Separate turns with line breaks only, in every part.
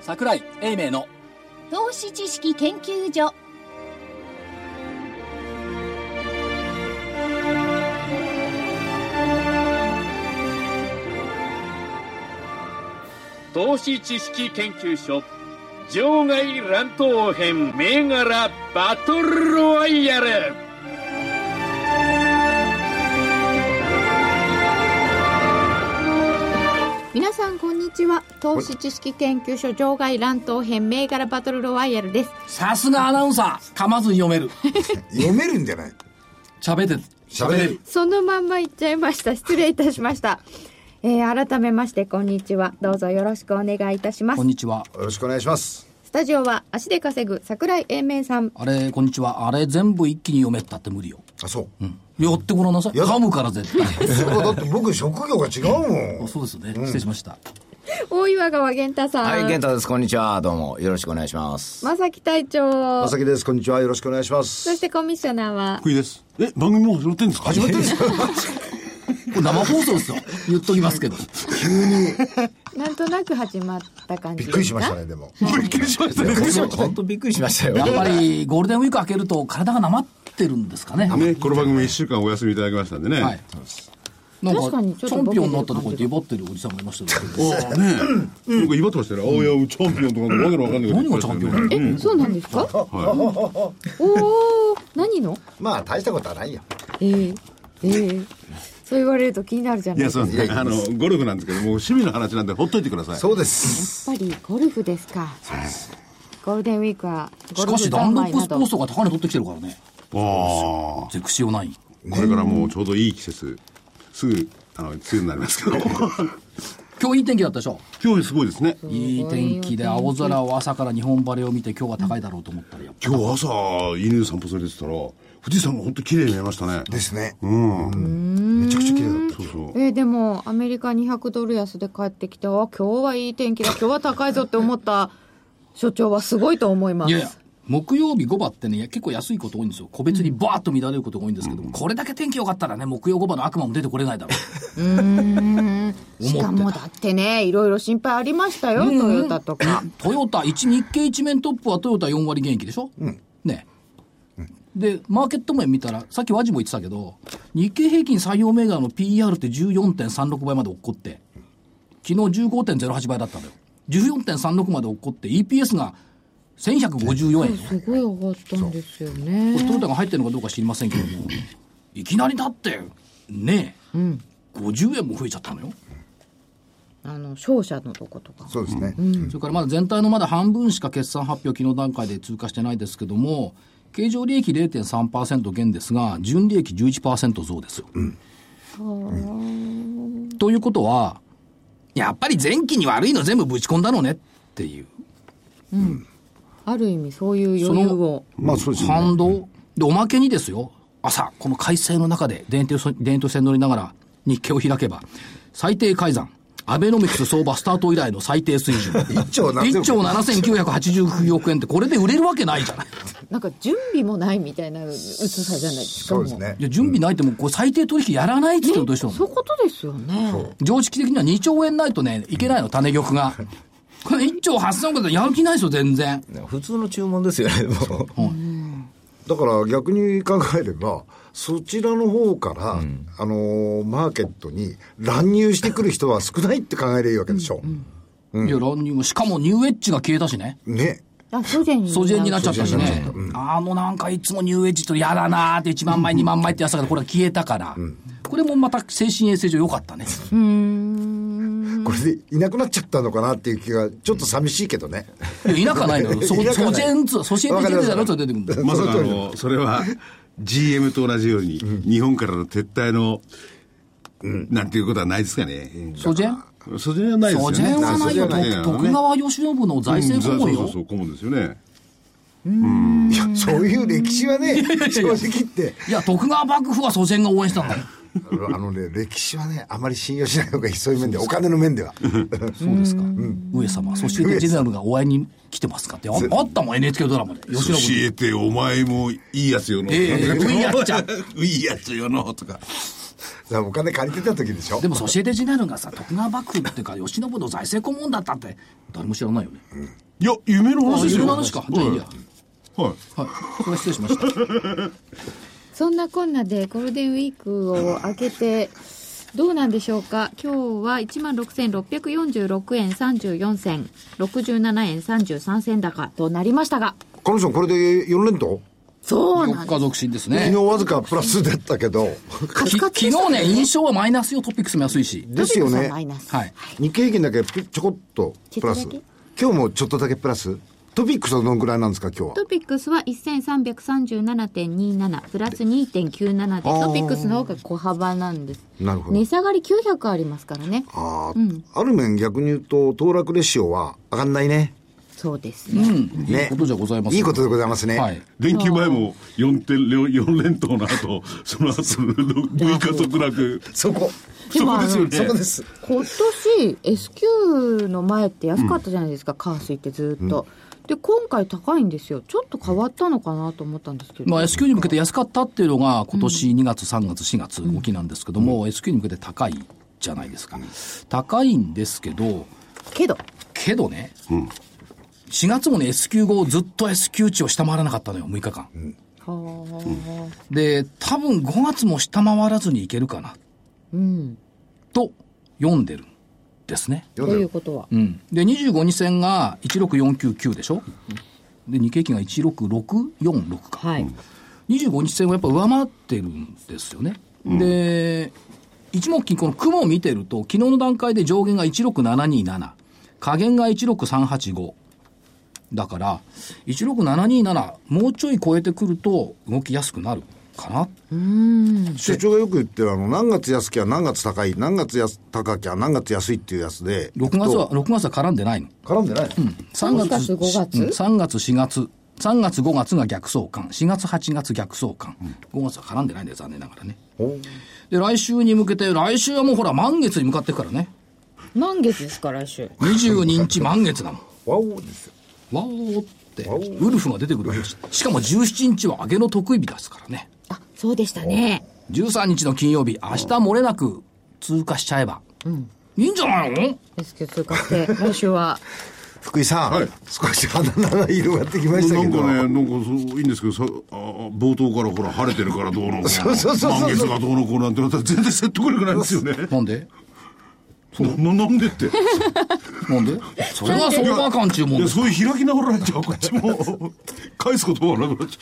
桜井英明の
投資知識研究所
投資知識研究所場外乱闘編銘柄バトルロワイヤル
皆さんこんにちは投資知識研究所場外乱闘編銘柄バトルロワイヤルです
さすがアナウンサー噛まずに読める
読めるんじゃない
喋って
喋れる。
そのまんま言っちゃいました失礼いたしました、 えー、改めましてこんにちはどうぞよろしくお願いいたします
こんにちは
よろしくお願いします。
スタジオは足で稼ぐ桜井英明さん
あれこんにちはあれ全部一気に読めったって無理よ
あ、そう。
寄ってごらんなさい
やだ
噛むから絶 対
そうだって僕職業が違うも
あ
ん。
そうですよね、失礼しました
大岩川源太さん、
はい、健太です。こんにちは。どうも。よろしくお願いします。
正木隊長
まさきです。こんにちは。よろしくお願いしま
そ
す。
してコミッショナーは
福井です。え、番組もう始まってんですか
始まってるんですか
これ生放送ですよ言っときますけど
なんとなく始まった感じですか
びっくりしましたね、でも。
びっくりしましたね。
本当びっくりしました
やっ
よ。
ぱりゴールデンウィーク明けると体がなまってるんですかね
ね、この番組一週間お休みいただきましたんでね。
はいなん
確かに
か
ちょ
チ
っ
ャ
と
ン
ボケて
ピオン
る感じが
になったとこ行って威張ってるおじさんがいましたけど
おーねなんか威張ってましたよね。ああ、いや、チャンピオンとか、わけのわかんないこと言ってましたよね
何がチャンピ
えそうなんですか、おお何の
まあ、大したことはないよ。
ええええそう言われると気になるじゃ
い
ない
や、
です
そ
か
うですね。あの、ゴルフなんですけど、もう趣味の話なんでほっといてください。
そうです。
やっぱりゴルフですかゴールデンウィークはゴ
し
ル
か
フ
しダン
三
ロッ
昧
プ
な
スポー
ど
ツとか高値取ってきてるからね
あ
ゼクシオナイン
あ。これからもうちょうどいい季節。すぐ、あの、梅雨になります けど。
今日いい天気だったでしょ
今日すごいですね。
いい天気で青空を朝から日本晴れを見て今日は高いだろうと思ったらやっぱ
今日朝、犬散歩されてたら、富士山が本当綺麗に見えましたね。
ですね。
うん。
めちゃくちゃ綺麗だっ
そうそう。
えーでもアメリカ200ドル安で帰ってきてあ今日はいい天気だ今日は高いぞって思った 所長はすごいと思いま
い
す
やいや木曜日5番ってね結構安いこと多いんですよ個別にバーッと乱れることが多いんですけども、これだけ天気良かったらね木曜5番の悪魔も出てこれないだろう
しか
思
も
って
だ
た
ってねいろいろ心配ありましたよトヨタとか
トヨタ一日経一面トップはトヨタ4割減益でしょ、ねでマーケット面見たらさっき和ジも言ってたけど日経平均採用銘柄の PR って14.36倍まで落っこって昨日15.08倍だったんだよ14.36まで落っこって EPS が1154円
すごい上がったんですよね
これトヨタが入ってるのかどうか知りませんけどもいきなりだってねえ、50円も増えちゃったのよ、
あの商社のとことか
そうですね。
それからまだ全体のまだ半分しか決算発表、昨日段階で通過してないですけども、経常利益0.3%減ですが、純利益11%増ですよ。ということは、やっぱり前期に悪いの全部ぶち込んだのねっていう、
ある意味そういう余裕を
まあ、そうですね。
反動、でおまけにですよ、朝、この快晴の中で電停電停線乗りながら日経を開けば、最低改ざん。アベノミクス相場スタート以来の最低水準。1
兆7000億円
7989億円って、これで売れるわけないじゃない。
なんか準備もないみたいな薄さじゃないですか
そうですね
い。や準備ないってもうこれ最低取引やらないって言ってことでしょ
そういうことですよね
常識的には2兆円ないとねいけないの種玉がこれ1兆8000億円ってやる気ないですよ全然
普通の注文ですよね、もう。
だから逆に考えれば、そちらの方から、あのーマーケットに乱入してくる人は少ないって考えればいいわけでしょ。
いや乱入もしかもニューエッジが消えたしね
ね。
あソジェンに
ソジェンになっちゃっ
った
しね、あのなんかいつもニューエッジとやだなーって1万枚2万枚ってやつだからこれは消えたから、これもまた精神衛生上良かったね
これでいなくなっちゃったのかなっていう気が、ちょっと寂しいけどね。
いや田舎ないのよそ
田舎な
ソ
い
ジェンツソシエティジェンツだろって出てくるん だよ
まさかあの、それは GM と同じように、日本からの撤退の、なんていうことはないですかね。
ソジェン
それはないですよ
ソ
ね。
ジェンはないよ
ソジェンはない
徳徳川慶喜の財政顧問
うんそう
よ
そうそう、顧問ですよね。
いや、そういう歴史はね、正直言って、
いや徳川幕府はソジェンが応援したんだよ
あのね、歴史はね、あまり信用しない方がいい、そうい う面で、お金の面では。
そうですか。上様、ソシエテ・ジェネラルがお会いに来てますかって、ああったもん、NHK ドラマで。吉
教
野君。
えて、お前もいいやつよの。
ええええういやっちゃ
ういやつよの、とか。
じゃあお金借りてた時でしょ
でもソシエテジェネラルがさ徳川幕府っていうか慶喜の財政顧問だったって誰も知らないよね、
いや、夢の
あ
話ですよ。
夢の話かじゃあいいや
はい。
はいこれ失礼しました
そんなこんなでゴールデンウィークを明けてどうなんでしょうか今日は1万6646円34銭67円33銭高となりましたが
彼女これで4連投
そうな
4
んで
日続進です
昨
ね
日わずかプラスだった けど
き昨日ね印象はマイナスよトピックスも安いし
ですよね
マイナス
はい
日経平均だけちょこっとプラ
ち
ス
ょっとだ
今日もちょっとだけプラストピックスはどのくらいなんですか今日は
トピックスは1337.27プラス2.97でトピックスの方が小幅なんです
なるほど
値下がり900ありますからね
あ,、ある面逆に言うと騰落レシオは上がんないね
そうです
う
ね、
んいいことじゃございません
いいことでございますね、
はい
連休前も4点、4連投の後、そ の後、6日 続落。
そこ
でもあの
そこですよね
そこです
今年 S q の前って安かったじゃないですか、カースイってずっと、で今回高いんですよちょっと変わったのかなと思ったんですけど、
まあ、S q に向けて安かったっていうのが、今年2月、3月、4月、動きなんですけども、S q に向けて高いじゃないですか。高いんですけど、
けど
けどね、4月もね、S q 後、ずっと S q 値を下回らなかったのよ、6日間。
はー
で、多分5月も下回らずにいけるかな、
うん
と読んでるんですね。
ということは
うん、で、25日線が16499でしょで、日経平均が16646か。
はい、
25日線はやっぱ上回ってるんですよね。で、一目金、この雲を見てると、昨日の段階で上限が16727、下限が16385。だから、16727、もうちょい超えてくると動きやすくなるかな。
所長がよく言ってるあの何月安きゃ何月高い何月安高きゃ何月安いっていうやつで
6月は、
と
6月は絡んでないの。
絡んでない、
3月、
3月
うん3月、4月。3月、5月が逆相関。4月、8月逆相関。5月は絡んでないんだよ、残念ながらね。で、来週に向けて、来週はもうほら、満月に向かってくからね。
満月ですか来週
22日 満月なの。
わおですよ
わおって、ウルフが出てくるわけです。しかも17日は上げの得意日ですからね。
あそうでしたね
13日の金曜日、明日漏れなく通過しちゃえば。いいんじゃないの
S q 通過して来週は
福井さん、
はい
少し鼻の穴広がってきました
な
け
ん
ど
かね、なんかそういいんですけどさあー冒頭からほら、晴れてるからどうのこう の、
そうそうそうそう
満月がどうのこうなんて、また全然説得力ないですよね。
なんで
ななんでって。い
なんで それが相場感注文
や、
です。
そういう開き直られちゃう、こっちも。返すことはなくなっち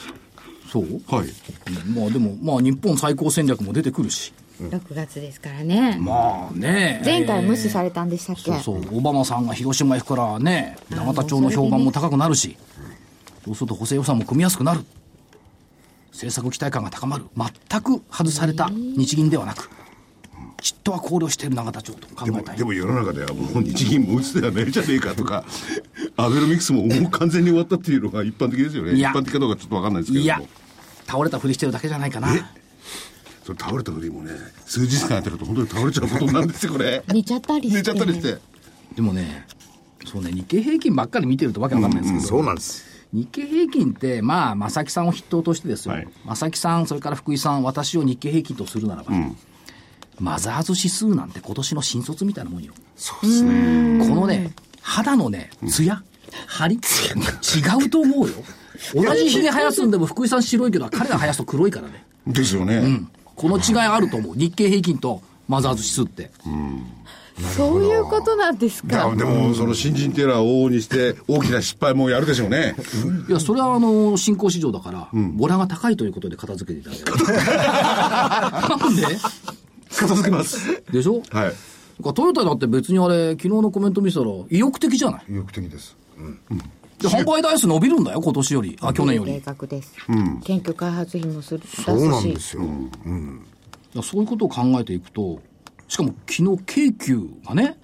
そううん
ゃう。はい。
まあでも、まあ日本最高戦略も出てくるし。
6月ですからね、
まあね。
前回無視されたんでしたっけ、
そうそう、オバマさんが広島行くからね、永田町の評判も高くなるし、そうすると補正予算も組みやすくなる、政策期待感が高まる、全く外された日銀ではなく、ちっとは考慮している永田町と考
で
え
も、
たい
で。も世の中ではもう日銀も打つではないじゃねえかとか、アベノミクスももう完全に終わったっていうのが一般的ですよね。
い
一
や
般的かどうかちょっとわかんないですけ
い
れど
や
も。、
倒れたふりしてるだけじゃないかな。
それ倒れた時もね、数日間やってると本当に倒れちゃうことなんですよ、これ。
寝ちゃったりして
寝ちゃったりして。
でもね、そうね、日経平均ばっかり見てるとわけわかんないんですけど、
そうなんです
日経平均って、まあ、正木さんを筆頭としてですよ、
はい
正木さん、それから福井さん、私を日経平均とするならば、マザーズ指数なんて今年の新卒みたいなもんよ。そうですね。このね、肌のね、ツヤ、張り、違うと思うよ。同じひげ生やすんでも福井さん白いけど、彼が生やすと黒いからね。
ですよね。
この違いあると思う。日経平均とマザーズ指数って。
そういうことなんです
い
か
やでも、その新人テラーを往々にして、大きな失敗もやるでしょうね。
いや、それはあの、新興市場だから、ボラが高いということで片付けていただい た。なんで
片付けます。
でしょ
はい。
かトヨタだって別にあれ、昨日のコメント見せたら、意欲的じゃない。
意欲的です
で、販売台数伸びるんだよ、今年より。あ、去年より。
計
だか
画です、研究開発費もする出すし
そうなんですよ、
らそういうことを考えていくと、しかも昨日、京急がね、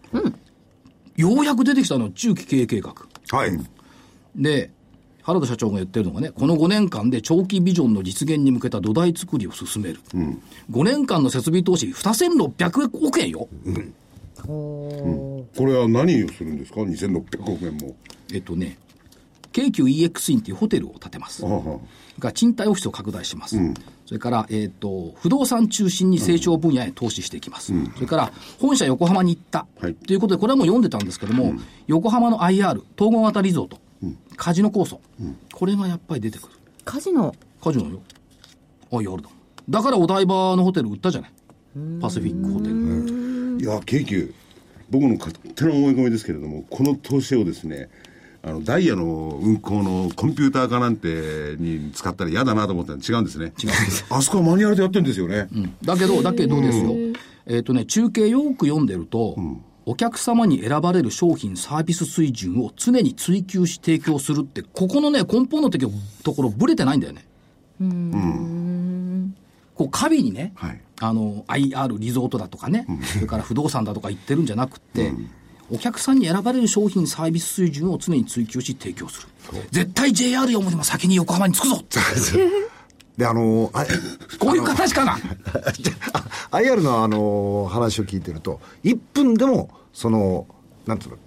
ようやく出てきたのよ、中期経営計画。
はい、
で、原田社長が言ってるのがね、この5年間で長期ビジョンの実現に向けた土台作りを進める。5年間の設備投資2600億円よ。
おー
これは何をするんですか ?2600 億円も。
えっとね、京急 EX インっていうホテルを建てます。
ほうほ
が賃貸オフィスを拡大します、それから、えー、と不動産中心に成長分野へ投資していきます、それから本社横浜に行った、
はい
ということで、これはもう読んでたんですけども、横浜の IR、統合型リゾート、カジノ構想、これがやっぱり出てくる、
カジノ
カジノよ、IR だ、だからお台場のホテル売ったじゃない、パシフィックホテル。
ういや京急僕の勝手な思い込みですけれどもこの投資をですねあのダイヤの運行のコンピューター化なんてに使ったら嫌だなと思ったら違うんですね違うあそこはマニュアルでやってるんですよね、
だけど、だけどですよ、えっ、とね、中継よく読んでると、お客様に選ばれる商品、サービス水準を常に追求し提供するって、ここのね、根本のとこところ、ぶれてないんだよね。こう、カビにね、
はい
あの、IR リゾートだとかね、それから不動産だとか言ってるんじゃなくって、お客さんに選ばれる商品、サービス水準を常に追求し提供する。絶対 JR よりも先に横浜に着くぞ
で、あの、あ
こういう形かな
あ IR のあの、話を聞いてると、1分でも、その、なんていうの、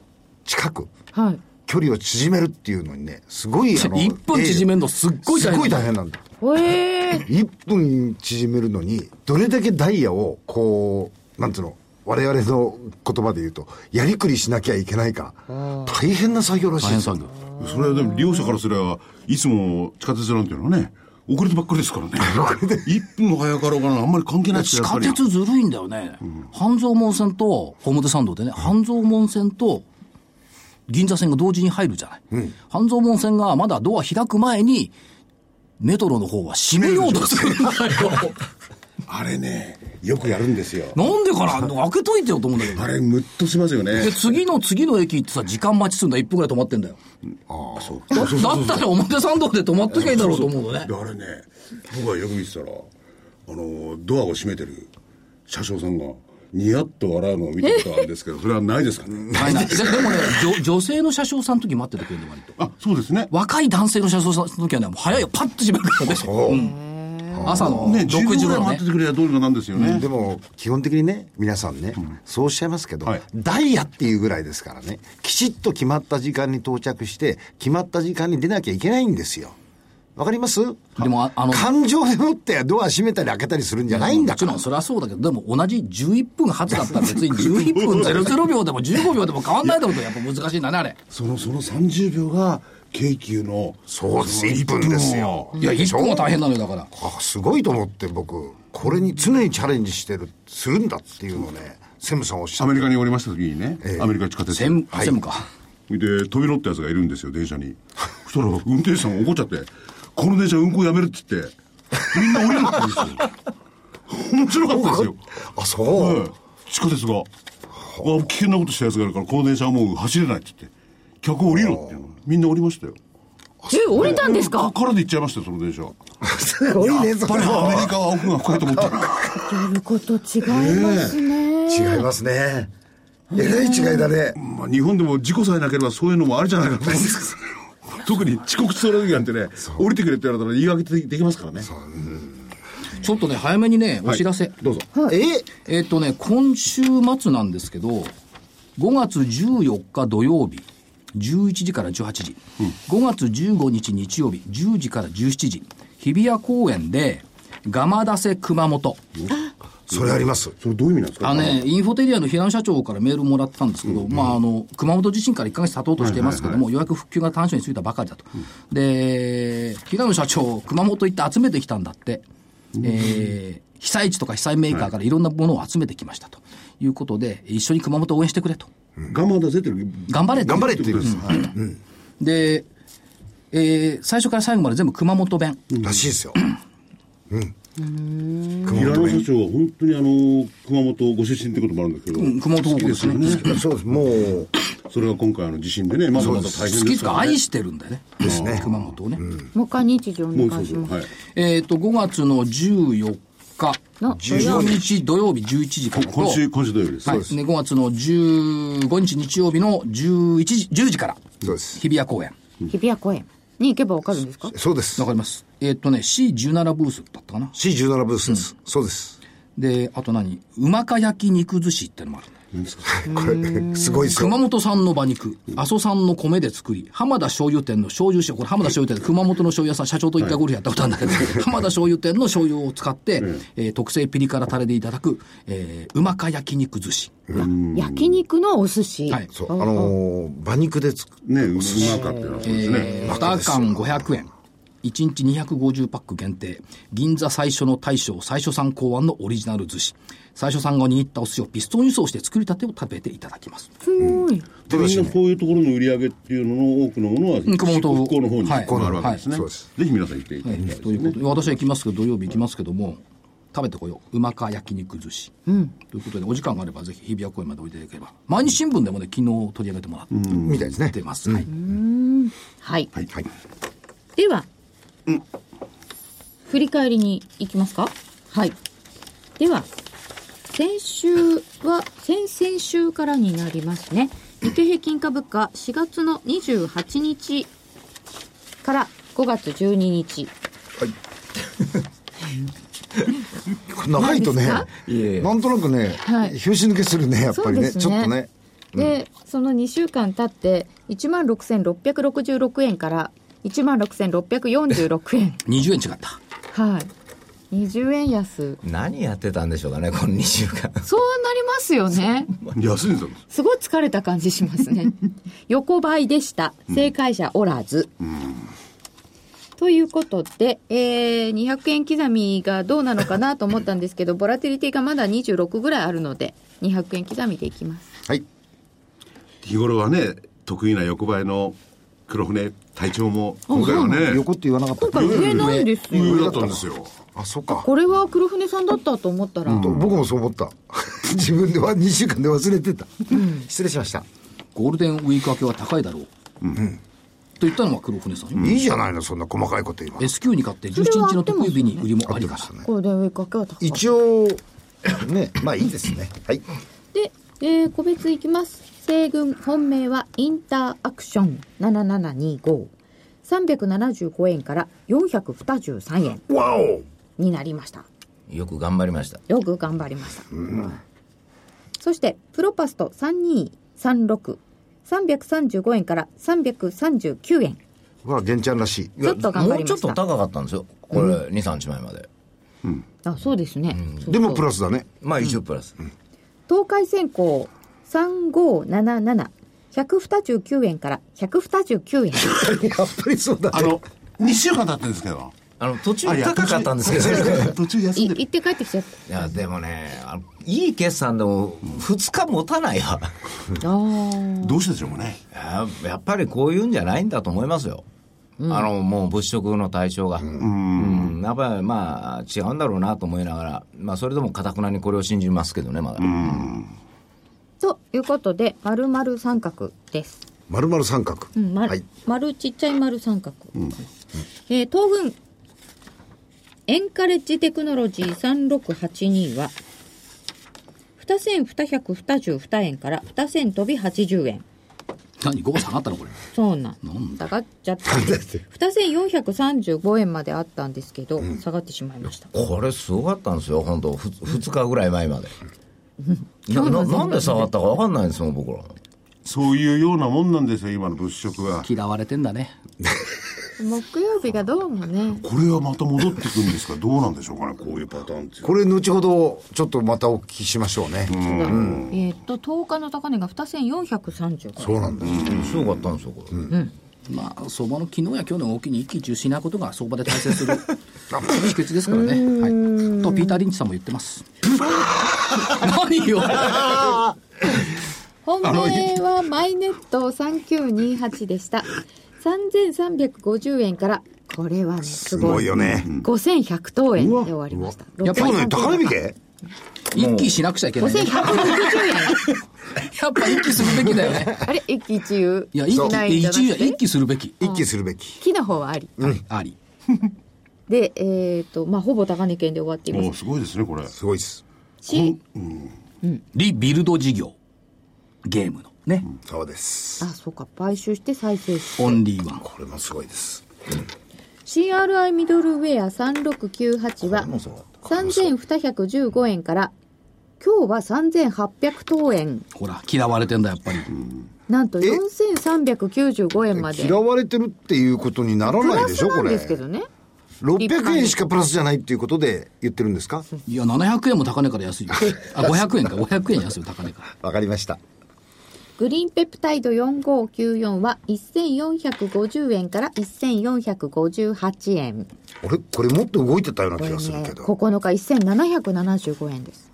近く、
はい
距離を縮めるっていうのにね、すごい、あの、
一分縮めるのすっごい
す
大変
ごい大変なんだ。
ええ
1分縮めるのに、どれだけダイヤを、こう、なんていうの、我々の言葉で言うと、やりくりしなきゃいけないか、大変な作業らしいですよ。
それはでも利用者からすればいつも地下鉄なんていうのはね遅れてばっかりで すからね1分も早かろうかなあんまり関係ないです
地
よやっ
下
ぱり
鉄ずるいんだよね、半蔵門線と表参道でね、半蔵門線と銀座線が同時に入るじゃない、半蔵門線がまだドア開く前に、メトロの方は閉めようとするんだよ、
あれねよくやるんですよ
なんでかな、開けといてよと思うんだけど
あ。れムッとしますよね
で、次の次の駅行ってさ、時間待ちするんだ、1分ぐらい止まってんだよ。
あそ
だ
う
だったら表参道で止まっときゃいいだろうと思うのね。
であれね僕がよく見てたらあのドアを閉めてる車掌さんがニヤッと笑うのを見たことあるんですけどそれはないですかね
はいはいででもね、女女性の車掌さんの時待っててくれるの割と。
あそうですね
若い男性の車掌さんの時はね、もう早いよ、パッと閉めるからね。うん朝の
ね
6
10時
時
ぐらい
頃
待
ね
って。てくれりゃどうにかなんですよね、
でも、基本的にね、皆さんね、そうおっしゃいますけど、
はい
ダイヤっていうぐらいですからね、きちっと決まった時間に到着して、決まった時間に出なきゃいけないんですよ。わかります
でもああの
感情でもってドア閉めたり開けたりするんじゃないん
も
だか
ち
ら。
ろんそれはそうだけど、でも同じ11分発だったら別に11分00秒でも15秒でも変わんないってことはやっぱ難しいんだね、あれ。
そのその30秒が京急の
そうです、1分ですよ。
いや、1分は大変なのよ、だから。
あすごいと思って僕、これに常にチャレンジしてる、するんだっていうのをね、セムさんおっしゃ
ア
っ
メ
て
リカにおりました時にね、アメリカ地下鉄
専務、専務か。
で飛び乗ったやつがいるんですよ電車にそしたら運転手さんが怒っちゃって「この電車運行やめる」っつってみんな降りなかったんですよ面白かったですよ、
あ、そう。
ええ地下鉄があ危険なことしたやつがあるからこの電車はもう走れないっつって客降りろっていうのみんな降りましたよ
え降りたんですか
からで行っちゃいましたよその電車やっ
すごいね、そ
ぱ
れ
りアメリカは奥が深いと思ったら
やること違いますね、
違いますね。えらい違いだね。
まあ日本でも事故さえなければそういうのもあるじゃないかと思うんですけ ど特に遅刻する時なんてね降りてくれって言われたら言い訳でできますからね
ちょっとね、早めにね、お知らせ。
どうぞ
え
えっ、とね、今週末なんですけど、5月14日土曜日、11時から18時、5月15日日曜日、10時から17時、日比谷公園で、ガマダセ熊本。
それあります。
それどういう意味なんですか
あのね、インフォテリアの平野社長からメールもらってたんですけど、まあ、あの、熊本地震から1ヶ月経とうとしていますけども、ようやく復旧が短所についたばかりだと。で、平野社長、熊本行って集めてきたんだって、えー被災地とか被災メーカーからいろんなものを集めてきましたということで、一緒に熊本応援してくれと。
我慢だぜってる
頑張れと
頑張れって言うんです。はい
で、えー最初から最後まで全部熊本弁。
らしいですよ。
平野社長は本当にあの熊本ご出身ってこともあるんですけど、
ん熊本高校
好きですよね
そうです。もう、
それは今回あの地震でねまだまだ
好
大変
き
で
です
す
か
から、ね、
愛してるんだよね。ですね。熊本をね。
もう一回日常に
もうそ
関
う
し
そう
ます
はい
えっ、と、5月の14日、
の
15日土曜日11時からと、
今週今週土曜日です、
はい、ね5月の15日日曜日の11時、10時から、
そうです。
日比谷公園。
日比谷公園に行けばわかるんですか
そうです
わか。ります。えっ、とね、C17 ブースだったかな。
C17 ブースです。そうです。
で、あと何うまか焼き肉寿司ってのもあるんだよ
なんですか
これ、すごいですよ
熊。本産の馬肉、阿蘇産の米で作り、浜田醤油店の醤油塩、これ浜田醤油店で熊本の醤油屋さん、社長と一回ゴルフやったことあるんだけど、 浜田醤油店の醤油を使って、えー特製ピリ辛タレでいただく、えー、うまか焼肉寿司。
焼肉のお寿司。
はい
そう、あのー馬肉で作
ねうまかっていうのはそうですね。
えー、2缶500円。1日250パック限定。銀座最初の大将、最初さん考案のオリジナル寿司。最初さんが握ったお寿司をピストン輸送して作りたてを食べていただきます。
すごい。
でみんなこういうところの売り上げっていうのの多くのものは
ん熊本
復興の方に
はい
行われるわけですね。
はいそうです
ぜひ皆さん行っていただきたい
ということで、私は行きますけど、土曜日行きますけども、食べてこよう。うまか焼肉寿司。ということで、お時間があれば、ぜひ日比谷公園までおいでいただければ。毎日新聞でもね、昨日取り上げてもらっ
るみたいですね。
てます。はい。
はい。
はい。はい。
では、振り返りに行きますかはい。では、先週は、先々週からになりますね。日経平均株価4月の28日から5月12日。
長いとね
何で、
いえいえ
なんとなくね、
はい
拍子抜けするね、やっぱり
そ
ね。
うです
ち
ね
ょっとね。
で、その2週間経って、16,666円から16,646円。
20円違った。
はい。20円安。
何やってたんでしょうかね、この2週間。
そうなりますよね。
安いんですよ。
すごい疲れた感じします ね。横ばいでした。正解者おらず。ということで、えー200円刻みがどうなのかなと思ったんですけ ど、ボラティリティがまだ26ぐらいあるので、200円刻みでいきます。
はい。
日頃はね、得意な横ばいの黒船、隊長も、今回はね、
横って言わなかった
今。回上なんですよ。
上だったんですよ。
あ、そうか。
これは黒船さんだったと思ったら、
僕もそう 思った。自分では2週間で忘れてた。失礼しました。
ゴールデンウィーク明けは高いだろう。と言ったのは黒船さんよ。
いいじゃないの、そんな細かいこと言わなくて
S q に買って11日の特有日に売りもありか
合ってま
ら
すね
これで上かけは高い。
一応、ね、まあいいですね。はい。
で、えー個別いきます。西軍本命はインターアクション7725。375円から423円
わお
になりました。
よく頑張りました。
よく頑張りました。そして、プロパスト3236。335円から339円。
は、玄ちゃんらしい。
ちょっと頑張りました
もうちょっと高かったんですよ。これ、2、3日前まで。
あ、そうですね。
でもプラ
ス。
スだね。
まあ、一応プラス。
東海線行3577。129円から129円。
やっぱりそうだ
あの、2週間経ったんですけど。
あの、途中高かったんですけど。
途中休
い
んでる。
行って帰ってきちゃっ
いや、でもね、あのいい決算でも、2日持たないわ。
た。あー
どうしてでしょうかね。
ややっぱりこういうんじゃないんだと思いますよ。あの、もう物色の対象が。うん。やっぱりまあ、違うんだろうなと思いながら、まあ、それでもかくなにこれを信じますけどね、まだ。
ということで、丸丸三角です。
丸々三角。
うん、丸、
はい。
丸ちっちゃい丸三角。えー東軍、エンカレッジテクノロジー3682は、2222円から2000飛び80円。
何 ?5 個下がったのこれ。
そうなん。下がっちゃった。2435円まであったんですけど、下がってしまいました。
これすごかったんですよ、本当ふ2日ぐらい前 まで。なななんで下がったか分かんないですもん、僕ら。
そういうようなもんなんですよ、今の物色は。
嫌われてんだね。
木曜日がどうもね、
これはまた戻ってくるんですかどうなんでしょうかね、こういうパターンっていうの
こ
は
れ、後ほど、ちょっとまたお聞きしましょうね。
えーっと、10日の高値が2435円。
そうなんだ。
すごかったんですよ、これ。
まあ、相場の昨日や今日の動きに一喜一憂しないことが相場で対戦する あそれが秘訣ですからね、はい、とピーター・リンチさんも言ってます 何よ
本命はマイネット3928でした。3350円から、これはね、す
す
ご
ご
い。
いよね。
5100等円で終わりました。
やっぱ
今
り
日ね、高値引け
一喜しなくちゃいけない、ね、
5160円。
やっぱ一喜するべきだよ ね
あれ、一喜一憂。
いや一
しな
喜
いんじ
一
ゃな
憂
くて
一喜するべき
一気にするべき。
喜の方はあり。
あり
で、えっ、と、まあ、ほぼ高値圏で終わってい
も
ま
うすごいですね、これ。
すごいです。
すし。
リビルド事業ゲームのね、
そうです。
あ、そうか、買収して再生し。
オンリーワン
これもすごいです。
CRI ミドルウェア3698は、3215円から今日は3800等円。
ほら、嫌われてんだ、やっぱり。
なんと
え
4395円まで。
嫌われてるっていうことになら
プ
ない
ラ
で
ス
しょ、
な
こ
ん
れ。
ですけどね。
600円しかプラスじゃないっていうことで言ってるんですか
いや、700円も高値から安いよ。あ、500円か、500円安いよ、高値から。
わかりました。
グリーンペプタイド4594は1450円から1458円。
あれこれもっと動いてたような
これ
気
ね、
がするけど。
9日1775円です。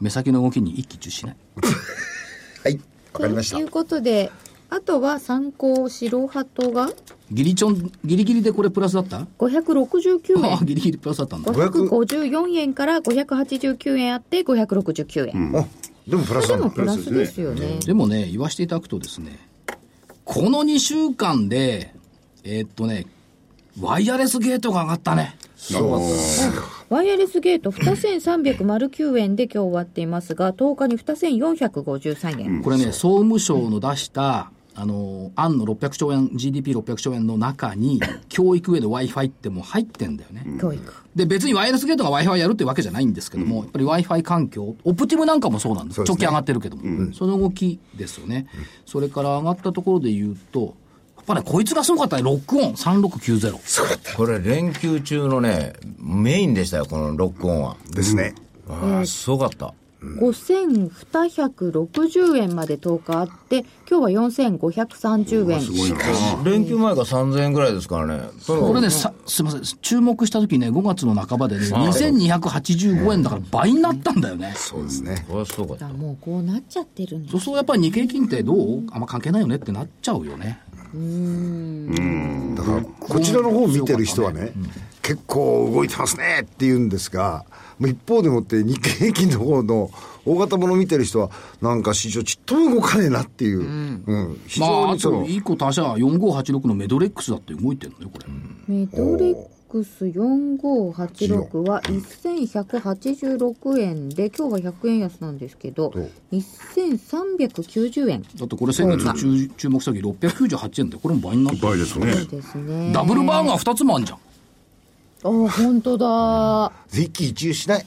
目先の動きに一喜一憂しない。
はい。わかりました
とい。うことで、あとは参考白鳩が
ギリチョン、ギリギリでこれプラスだった
569
ああ、
円。
ギリギリプラスだったんだ。
554円から589円あって569円。
あ、でもプラス
で
なん
も
だ。
プラスですよね。
でもね、言わせていただくとですね、この2週間で、えーっとね、ワイヤレスゲートが上がったね。
ワイヤレスゲート2309円で今日終わっていますが、10日に2453円。
これね、総務省の出した、あの、案の600兆円、GDP600 兆円の中に、教育への Wi-Fi ってもう入ってんだよね。
教育。
で、別にワイヤレスゲートが Wi-Fi やるってわけじゃないんですけども、やっぱり Wi-Fi 環境、オプティムなんかもそうなんです。
うです
直
ね
近上がってるけども、その動きですよね。それから上がったところで言うと、やっぱね、こいつがすごかったね。ロックオン3690。
これ連休中のね、メインでしたよ、このロックオンは。
ですね。
ああ、すごかった。
5260円まで10日あって、今日は4530円。
連休前が3000円ぐらいですからね。
これね、さすみません、注目した時ね、5月の半ばでね、2285円だから倍になったんだよね。
そうですね。
これはすごかった。
もうこうなっちゃってるんだ
そうするとやっぱり日経金ってどうあんま関係ないよねってなっちゃうよね。
だからこちらの方を見てる人はね、結構動いてますねって言うんですが、もう一方でもって日経平均の方の大型物を見てる人は、なんか市場ちっとも動かねえなっていう、うん、非
まあ、
常
あ
にそ
と
の、
1個他社、4586のメドレックスだって動いてるのね、これ。
メドレックス4586は1186円で今日は100円安なんですけど1390円
だってこれ先月注注目した時698円で、これも倍になってる
倍ですね。
ですね
ダブルバーガー2つもあんじゃん。
あ本当だ
一喜一憂しない。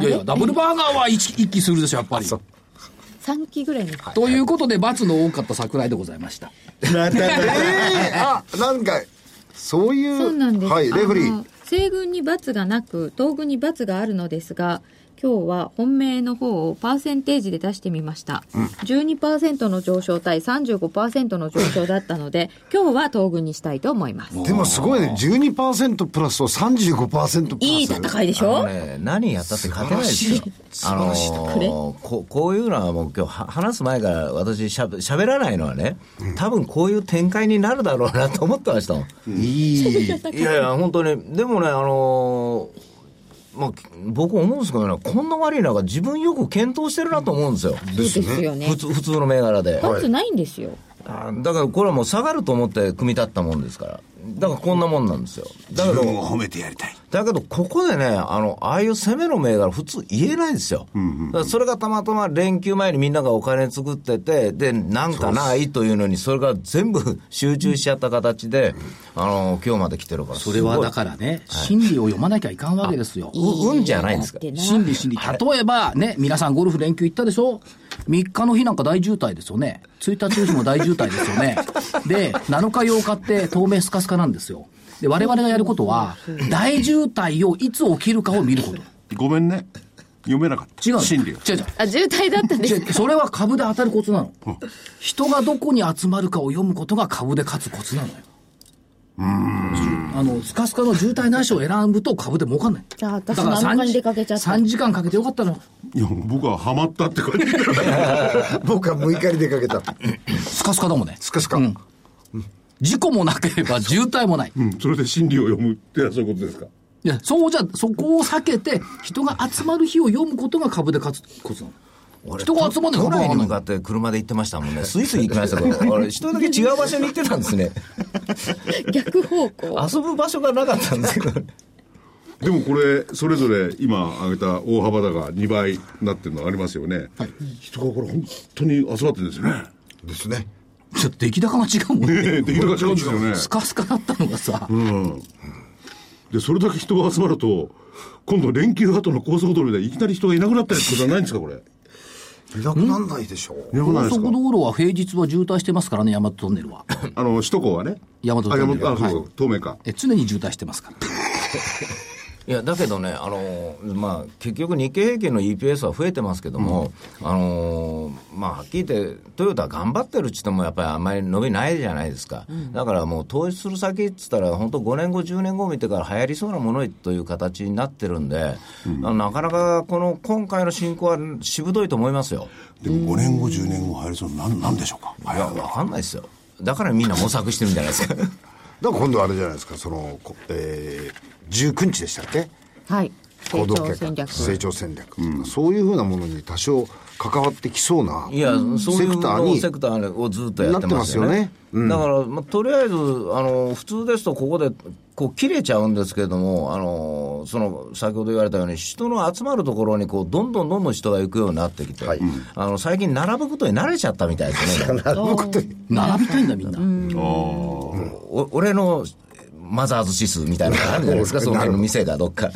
いやいや、ダブルバーガーは一一気するでしょ、やっぱり。
3期ぐらいに
ということで、罰の多かった桜井でございました。
ええ あ、なんか、そういう、
そうなんです、
はい、レフリ
あ
ー
の。西軍に罰がなく東軍に罰があるのですが今日は本命の方をパーセンテージで出してみました、12%の上昇対35%の上昇だったので今日は東軍にしたいと思います
でもすごいね、12%プラスと35%プラス。
いい戦いでし
あの
ょ
ね、何やったって勝てないですよ。あのーここういうのはもう今日は話す前から私しゃべ喋らないのはね、多分こういう展開になるだろうなと思ってましたもん。
いい。
いやいや、本当に、でもね、あのーまあ、僕思うんですけどね、こんな悪い中、自分よく検討してるなと思うんですよ、
そうですよね
普通普通の銘柄で、
罰ないんですよ、
あだからこれはもう下がると思って組み立ったもんですから、だからこんなもんなんですよ、だけ
自
ど、
分を褒めてやりたい。
だけどここでね、あのああいう攻めの銘柄、普通言えないですよ、だからそれがたまたま連休前にみんながお金作ってて、で、なんかないというのに、それが全部集中しちゃった形で、あの今日まで来てるから、
それはだからね、心理を読まなきゃいかんわけですよ。
う運じゃないんですか
だってな
心理心理。例えば、ね、皆さんゴルフ連休行ったでしょ ?3 日の日なんか大渋滞ですよね。1日の日も大渋滞ですよね。 で、7日8日って透明スカスカなんですよ。で、我々がやることは、大渋滞をいつ起きるかを見ること。
ごめんね。読めなかった。
違うの
心理が。
違う違う。
あ渋滞だったんで
違
す
うそれは株で当たるコツなの。人がどこに集まるかを読むことが株で勝つコツなのよ。あの、スカスカの渋滞なしを選ぶと株で儲かんない。
じゃあ私
だから
7日に
3
出かけちゃった
3時間かけてよかったの。
いや、僕はハマったって感じ。
僕は6日に出かけた。
スカスカだもんね。
スカスカ。
うん事故もなければ渋滞もない。
うん、それで心理を読むってのはそういうことですか。
いや、そうじゃ、そこを避けて、人が集まる日を読むことが株で勝つコツなの。人が集まんねえ
都
株は上
内に
がん
向
な
か
い
って車で行ってましたもんね、スイスイ行きましたけど、あれ、一人だけ違う場所に行ってたんです ね、
逆方向
遊ぶ場所がなかったんですけど、
でもこれ、それぞれ今上げた大幅だが2倍になってるのありますよね。人がこれ本当に集まってるんですよ ね。
ですね。
ちょっと出来高が違うもんね。
ええ、できるか違うんですよね。
スカスカだったのがさ、
で、それだけ人が集まると、今度連休後の高速道路でいきなり人がいなくなったりってことはないんですか、これ。い
いなくなんないでしょう。
なくないで
高
すか
速道路は平日は渋滞してますからね、大和トンネルは。
あの、首都高はね。
大和ト
あ、
ン
山
ネル
本、
は。
あ、そう
はい
そう、東名か。
え常に渋滞してますから。
いやだけどね、あのまあ、結局、日経平均の EPS は増えてますけども、あのまあ、はっきり言って、トヨタ頑張ってるっつっても、やっぱりあんまり伸びないじゃないですか、だからもう投資する先っつったら、本当、5年後、10年後見てから流行りそうなものへという形になってるんで、あのなかなかこの今回の進行はしぶといと思いますよ、
でも5年後、10年後入りそうな、なん、なんでしょうか。
いや、分かんないですよ、だからみんな模索してるんじゃないですか。
だから今度あれじゃないですか、その、こえー、19日でしたっけ
はい成
行動計
長
画
戦略
成長戦略、そういうふうなものに多少関わってきそうない
や、そう
セ
いう
クター
のを
に
セクターをずっとやってますよ
なってま。すよ
ね
ねうん
だから、まあ、とりあえず、あの、普通ですと、ここで、こう、切れちゃうんですけれども、あの、その、先ほど言われたように、人の集まるところに、こう、どんどんどんどん人が行くようになってきて、あの、最近、並ぶことに慣れちゃったみたいですね。
なるほど
並びたいんだ、みんな。
お俺の、マザーズ指数みたいなのがあるじゃない ですか、その辺の店がどっか。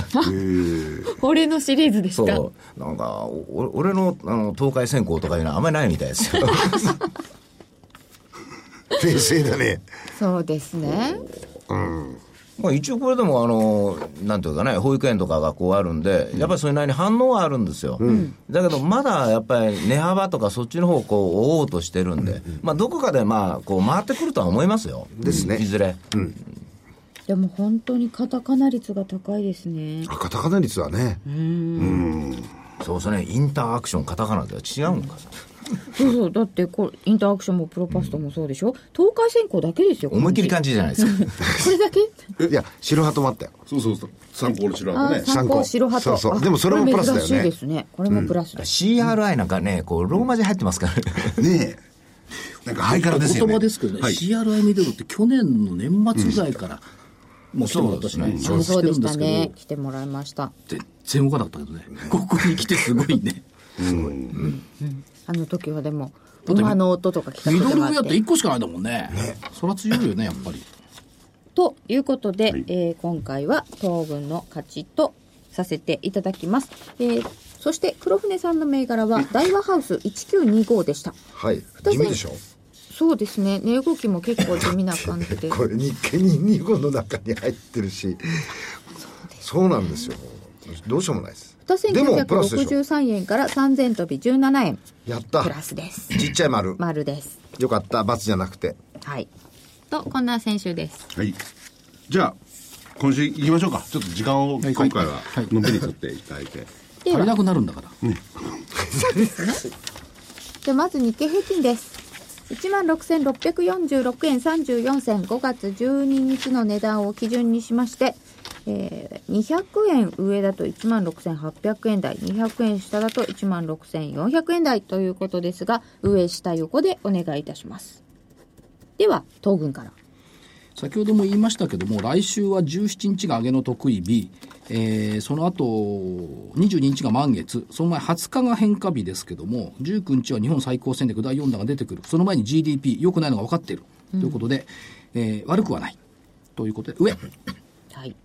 俺のシリーズです
そ
か
う。なんか、お俺の、あの、東海線香とかいうのはあんまりないみたいですよ。
訂正だね
そうですね
まあ、一応これでもあの、なんていうかね、保育園とか学校あるんで、やっぱりそれなりに反応はあるんですよ、だけどまだやっぱり値幅とかそっちの方をこう追おうとしてるんで、まあ、どこかでまあこう回ってくるとは思いますよ、
ですね
いずれ、
でも本当にカタカナ率が高いですね
あカタカナ率はね、
そうですね、インターアクション、カタカナでは違うのか、
そうそうだってこれインターアクションもプロパストもそうでしょ東海線香だけですよ
思いっきり
こ
感じじゃないです か、
れだけ
いや白鳩もあったよ
そうそうそう。参考の調べ
あ
ね
ー。参考白
そ
旗
うそうでもそれもプラスだよ
これ
ね
珍しいですねこれもプラスだ、
CRI なんかね、こうローマ字入ってますからね、
ねえ。なんかハイカラですよ
言
ね。
葉ですけどね、
はい
CRI ミドルって去年の年末ぐらいから、もう来てもらったしね、
あ
所属
そ
し
う
て
で
るん
し
で
た
すけど、
ね来てもらいました
全然動かなかったけどね、ここに来てすごい ね、
あの時はでも馬の音とか聞かせ
ミド
て
ル
もら
ウェアっ
っ
て
て
1個しかないんだもんね、そりゃ強いよね、やっぱり。
ということで、えー今回は東軍の勝ちとさせていただきます、えーそして黒船さんの銘柄は大和ハウス1925でした
はい
当
地味でしょ
そうですね値動きも結構地味な感じで
これ日経225の中に入ってるしそうなんですよどうしようもないですでもプラスでしょ
2963円から3000飛び17円
やった
プラスです
ちっちゃい丸
丸です
よかった×じゃなくて
はいとこんな選手です
はい。じゃあ、今週行きましょうか。ちょっと時間を今回はのんびり取っていただいて。
で
足り
は
なくなるんだから。
じゃあまず日経平均です。16,646円34銭5月12日の値段を基準にしまして、えー200円上だと16,800円台、200円下だと16,400円台ということですが、上下横でお願いいたします。では、東軍から。
先ほども言いましたけども、来週は17日が上げの得意日、えーその後22日が満月、その前20日が変化日ですけども、19日は日本最高戦略第4弾が出てくる、その前に GDP、良くないのが分かっている、ということで、えー悪くはない。ということで、上、
はい。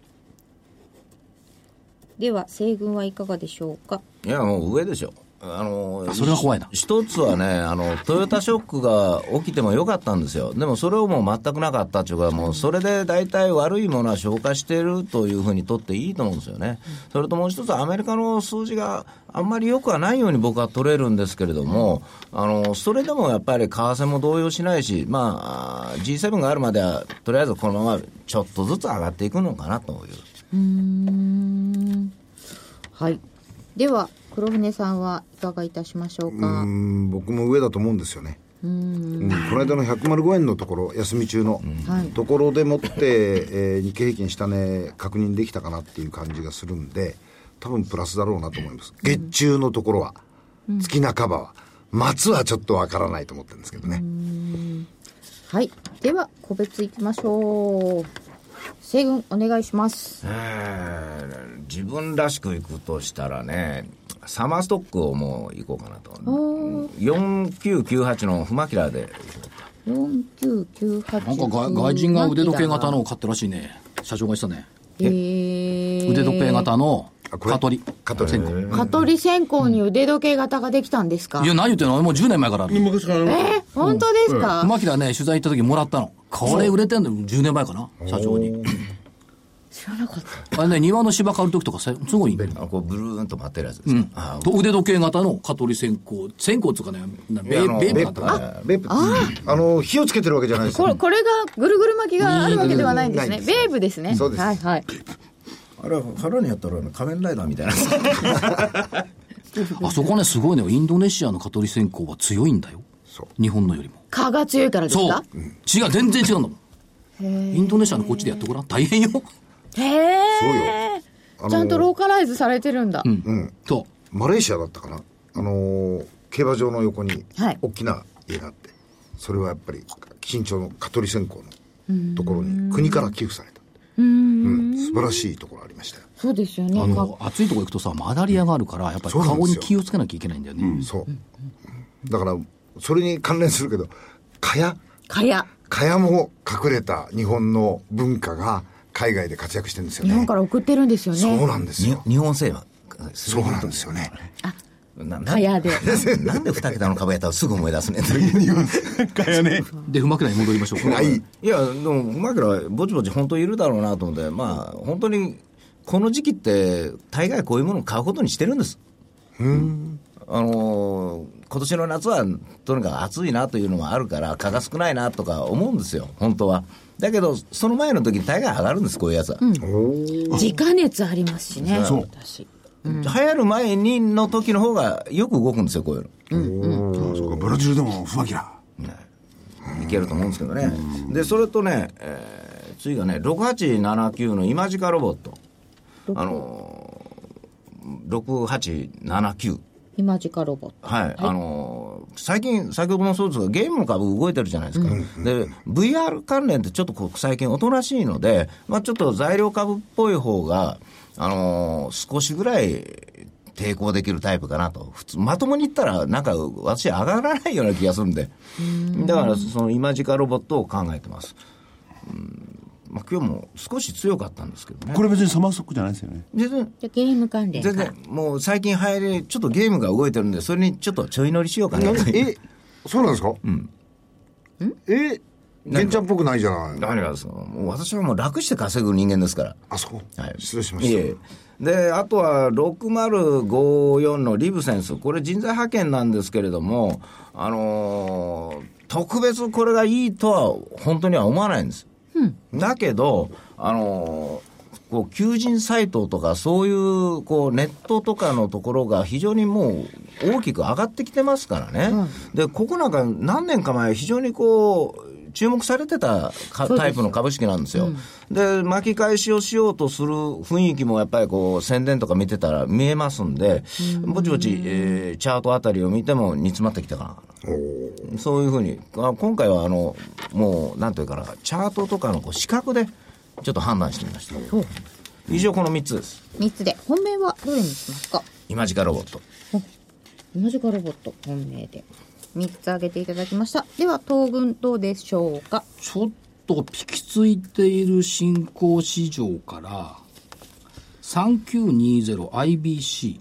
では、西軍はいかがでしょうか
いや、もう上でしょ。あの
あそれが怖いな
一つはねあの、トヨタショックが起きてもよかったんですよ、でもそれをもう全くなかったというか、もうそれで大体悪いものは消化しているというふうにとっていいと思うんですよね、それともう一つ、アメリカの数字があんまり良くはないように僕は取れるんですけれども、あのそれでもやっぱり為替も動揺しないし、まあ、G7 があるまでは、とりあえずこのままちょっとずつ上がっていくのかなという。
はい。では、黒船さんはいかがいたしましょうか
うん僕も上だと思うんですよねうんこの間の105円のところ休み中の、
はい
ところでもって、 えー日経平均下値確認できたかなっていう感じがするんで多分プラスだろうなと思います月中のところは、月半ばは末はちょっとわからないと思ってるんですけどね、
はい。では、個別いきましょう。西軍、お願いします。
えー自分らしくいくとしたらねサマーストックをもう行こうかなと4998のフマキラーで
4998。
なんか外外人が腕時計型のを買ったらしいね、社長が言ってたね。
え
腕時計型の
あこれ
蚊取り。
蚊取り
線香
香取線香に腕時計型ができたんですか
いや、何言ってんのもう10年前からある。
昔からあの
え本当ですか、
牧田ね、取材行った時もらったの。これ売れてんの10年前かな、社長に。
知らなかった
あれね、庭の芝刈る時とかさすごいいいの
あこうブルーンと待ってるやつですね、あ
と腕時計型の蚊取り線香。線香っつうかね、なベ
いやあの
ベー
ベ
ブだ
ー
った
プ
かな
あベープあの火をつけてるわけじゃないです
これこれがぐるぐる巻きがあるわけではないんですね
うん
ベーブですね
そうです
はいはい
あれは腹にやったら仮面ライダーみたいな
あそこね、すごいのよ。インドネシアの蚊取り線香は強いんだよ。日本のよりも。
蚊が強いからです
そう。
か
違う、全然違うんだもん。インドネシアのこっちでやってごらん。大変よ。
へえ
そうよ
ちゃんとローカライズされてるんだ、
うん。そ
マレーシアだったかなあのー競馬場の横に
はい
大きな家があって、それはやっぱり緊張の蚊取り線香のところに国から寄付されたうん素晴らしいところありましたよ
そうですよ
う。
ね
あの、暑いとこ行くとさ、マダリアがあるから、やっぱり
そうなんで
顔
すよ
に気をつけなきゃいけないんだよね。
そうだからそれに関連するけど蚊帳
蚊や
蚊帳も隠れた日本の文化が海外で活躍してるんですよ
日
ね
本から送ってるんですよね
そうなんですよ
日本製は
そうなんですよね
なな
蚊やで
なんで二桁の株やったらすぐ思い出すねん
で、不枕に戻りましょうか。
ない
いやでもマキラぼちぼち本当いるだろうなと思ってまあ本当にこの時期って大概こういうものを買うことにしてるんですあのー今年の夏はとにかく暑いなというのもあるから蚊が少ないなとか思うんですよ本当はだけどその前の時に大概上がるんですこういうやつは、
自家熱ありますしね
そう
私
流行る前にの時の方がよく動くんですよこういうの
そうかブラジルでも不明ら
いけると思うんですけどね、でそれとね、えー次がね、6879のイマジカロボット、あのー、6879、
今時かロボット
はい、あのー最近、先ほどもそうですが、ゲームの株動いてるじゃないですか、で VR 関連ってちょっとこう最近おとなしいので、まあ、ちょっと材料株っぽい方が、あのー少しぐらい抵抗できるタイプかなと。普通、まともに言ったら、なんか、私上がらないような気がするんで。だから、その、イマジカロボットを考えてます。うん。まあ、今日も少し強かったんですけどね。
これ別にサマーストックじゃないですよね
全然、
じゃあゲーム関連か
全然、もう最近流行り、ちょっとゲームが動いてるんで、それにちょっとちょい乗りしようかなという。
えそうなんですかえ玄ちゃんっぽくないじゃない
何がですかもう私はもう楽して稼ぐ人間ですから。
あそこ
はい
失礼しま
い
し
えであとは6054のリブセンス、これ、人材派遣なんですけれども、あのー特別これがいいとは本当には思わないんです。だけど、あのーこう求人サイトとか、そういうこうネットとかのところが非常にもう大きく上がってきてますからね、でここなんか何年か前、非常にこう注目されてたかタイプの株式なんですよ、で巻き返しをしようとする雰囲気もやっぱりこう宣伝とか見てたら見えますんで、ぼちぼち、えーチャートあたりを見ても煮詰まってきたかな。そういうふうに、あ今回はあのもうなんというかな、チャートとかのこう視覚でちょっと判断してみました。以上、この3つです、
3つで本命はどれにしますか
今時ロボット。
同じかロボット本命で3つ挙げていただきましたでは東軍どうでしょうか
ちょっとピきついている新興市場から、3920IBC。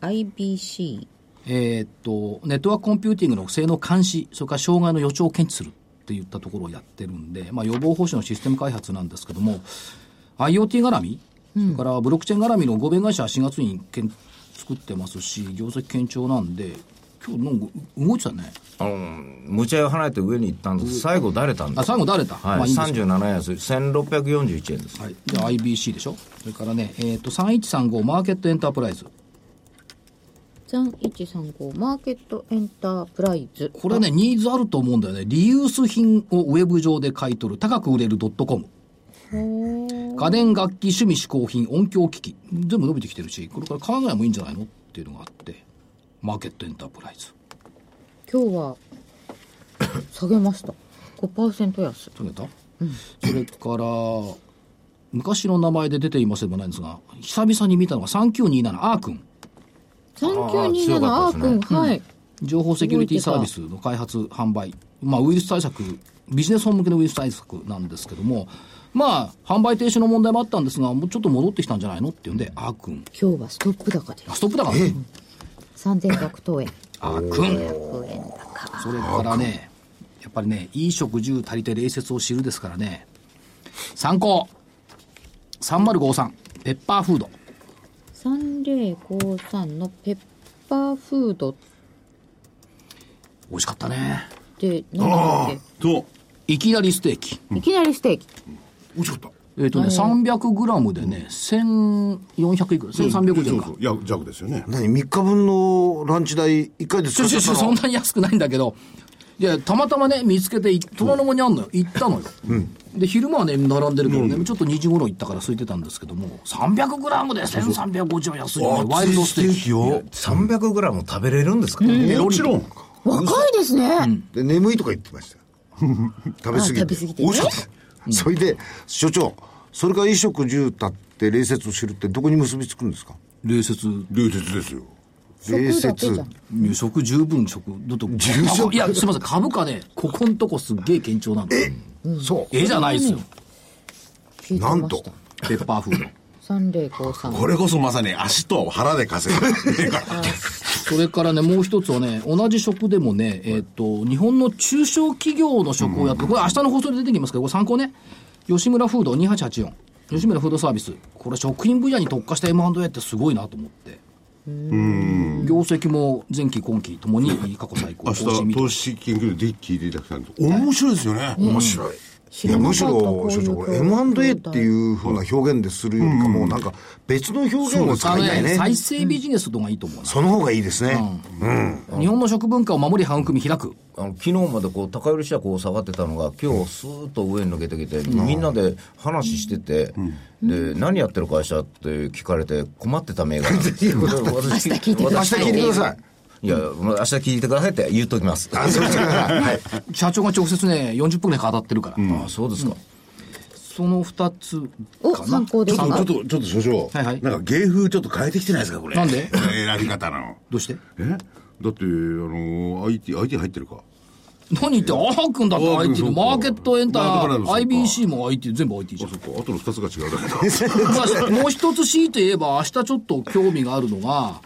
3920IBC
えーっと、ネットワークコンピューティングの性能監視、それから障害の予兆を検知するっていったところをやってるんで、まあ、予防保障のシステム開発なんですけども、IoT 絡み、それからブロックチェーン絡みの合弁会社は4月にけん作ってますし、業績堅調なんで、今日なんか動いてたね。
あの無茶を離れて上に行ったんです最後、誰たんで
あ、
すか
最後誰だ、
はい、
まあいいんですけど
37円安い、1641円です。
はい、じゃあ IBC でしょそれからね、えっと3135マーケットエンタープライズ
3135マーケットエンタープライズ
これねニーズあると思うんだよねリユース品をウェブ上で買い取る高く売れるドットコム家電楽器趣味嗜好品音響機器全部伸びてきてるしこれから海外もいいんじゃないのっていうのがあってマーケットエンタープライズ
今日は下げました5%安
取れた、それから昔の名前で出ていませんもないんですが久々に見たのが3927アークン
3927アー
強かったですね
君はい、
情報セキュリティサービスの開発販売、まあ、ウイルス対策ビジネス本向けのウイルス対策なんですけども、まあ、販売停止の問題もあったんですが、もうちょっと戻ってきたんじゃないのっていうんで、あーくん、
今日はストップ高で
あストップだから、ね、
3100等円
あーくん。
100円高
それからね、やっぱりね、衣食住足りて礼節を知るですからね、参考、3053、ペッパーフード。
3053のペッパーフードっ
美味しかったね。
て何だっ
と
いきなりステーキ。
けいきなりステーキ
美味しかっ
えっ、とね、300グラムでね、1400いくら、1300
そ
円
う
か
そ。ういや弱ですよね
た。何、3日分のランチ代、1回で
ち
使
ょ
っ
ち
ちゃ
ょ
っ
ちょ、
た
そ
の
んなに安くないんだけど、いや、たまたまね、見つけてい、虎ノ門にあんのよ。行ったのよ。で、昼間はね、並んでるけどね、ちょっと2時頃行ったから空いてたんですけども、300グラムで1350円安いよね。ワイルドステーキ。
よ。
300グラム食べれるんですか、ね
もちろん
若いですね、
で、眠いとか言ってましたよ。食べ過ぎ
あ食
て。
べ過ぎて
美味しかった。それで、所長、それが衣食住たって礼節を知るってどこに結びつくんですか
礼節
流鉄ですよ
礼
食だけじゃ
節
ん。
入職十分食だと
十分
いやすみません株価ねここんとこすっげえ堅調なんです
そう。
えじゃないですよ
聞いて
なん
ま
と
した
ペッパーフード
3053
これこそまさに足と腹で稼ぐ
それからねもう一つはね同じ食でもねえっ、と日本の中小企業の食をやってこれ明日の放送で出てきますけどこれ参考ね吉村フード2884吉村フードサービスこれ食品分野に特化した M&A ってすごいなと思って業績も前期今期ともに過去最高
明
更新
日
見て
投資研究で聞いていただきたいんです面白いですよね面白い
いやむしろ所長これ M&A っていううふうな表現でするよりかもなんか別の表現を
あ
使
の
いたい
ね
ね
再生ビジネスとかがいいと思うな
その方がいいですね
日本の食文化を守り育み開く
あの昨日までこう高寄りしたこう下がってたのが今日スーッと上に抜けてきて、みんなで話してて、で何やってる会社って聞かれて困って た銘柄なんですよ私
明日聞いてくだ
明
さ
日聞いてください
いやまあ明日聞いてくださいって言っときますあ
そうですかはい
社長が直接ね40分で語ってるから、
あそうですか、
その2つ
お
かな
参考で
ちょ
す
っとちょっとちょっと所長、
はいはい
なんか芸風ちょっと変えてきてないですかこれ
なんで
選び方の
どうして
えだってあの IT, IT 入ってるか
何言ってアー君だって
あー君
IT
そうか
マーケットエンタ
マーケットエ
ー
ンター
IBC も IT 全部 IT じ
あ
ゃん
そっかあとの2つが違うだけだ
ま あもう一つ強いて言えば明日ちょっと興味があるのが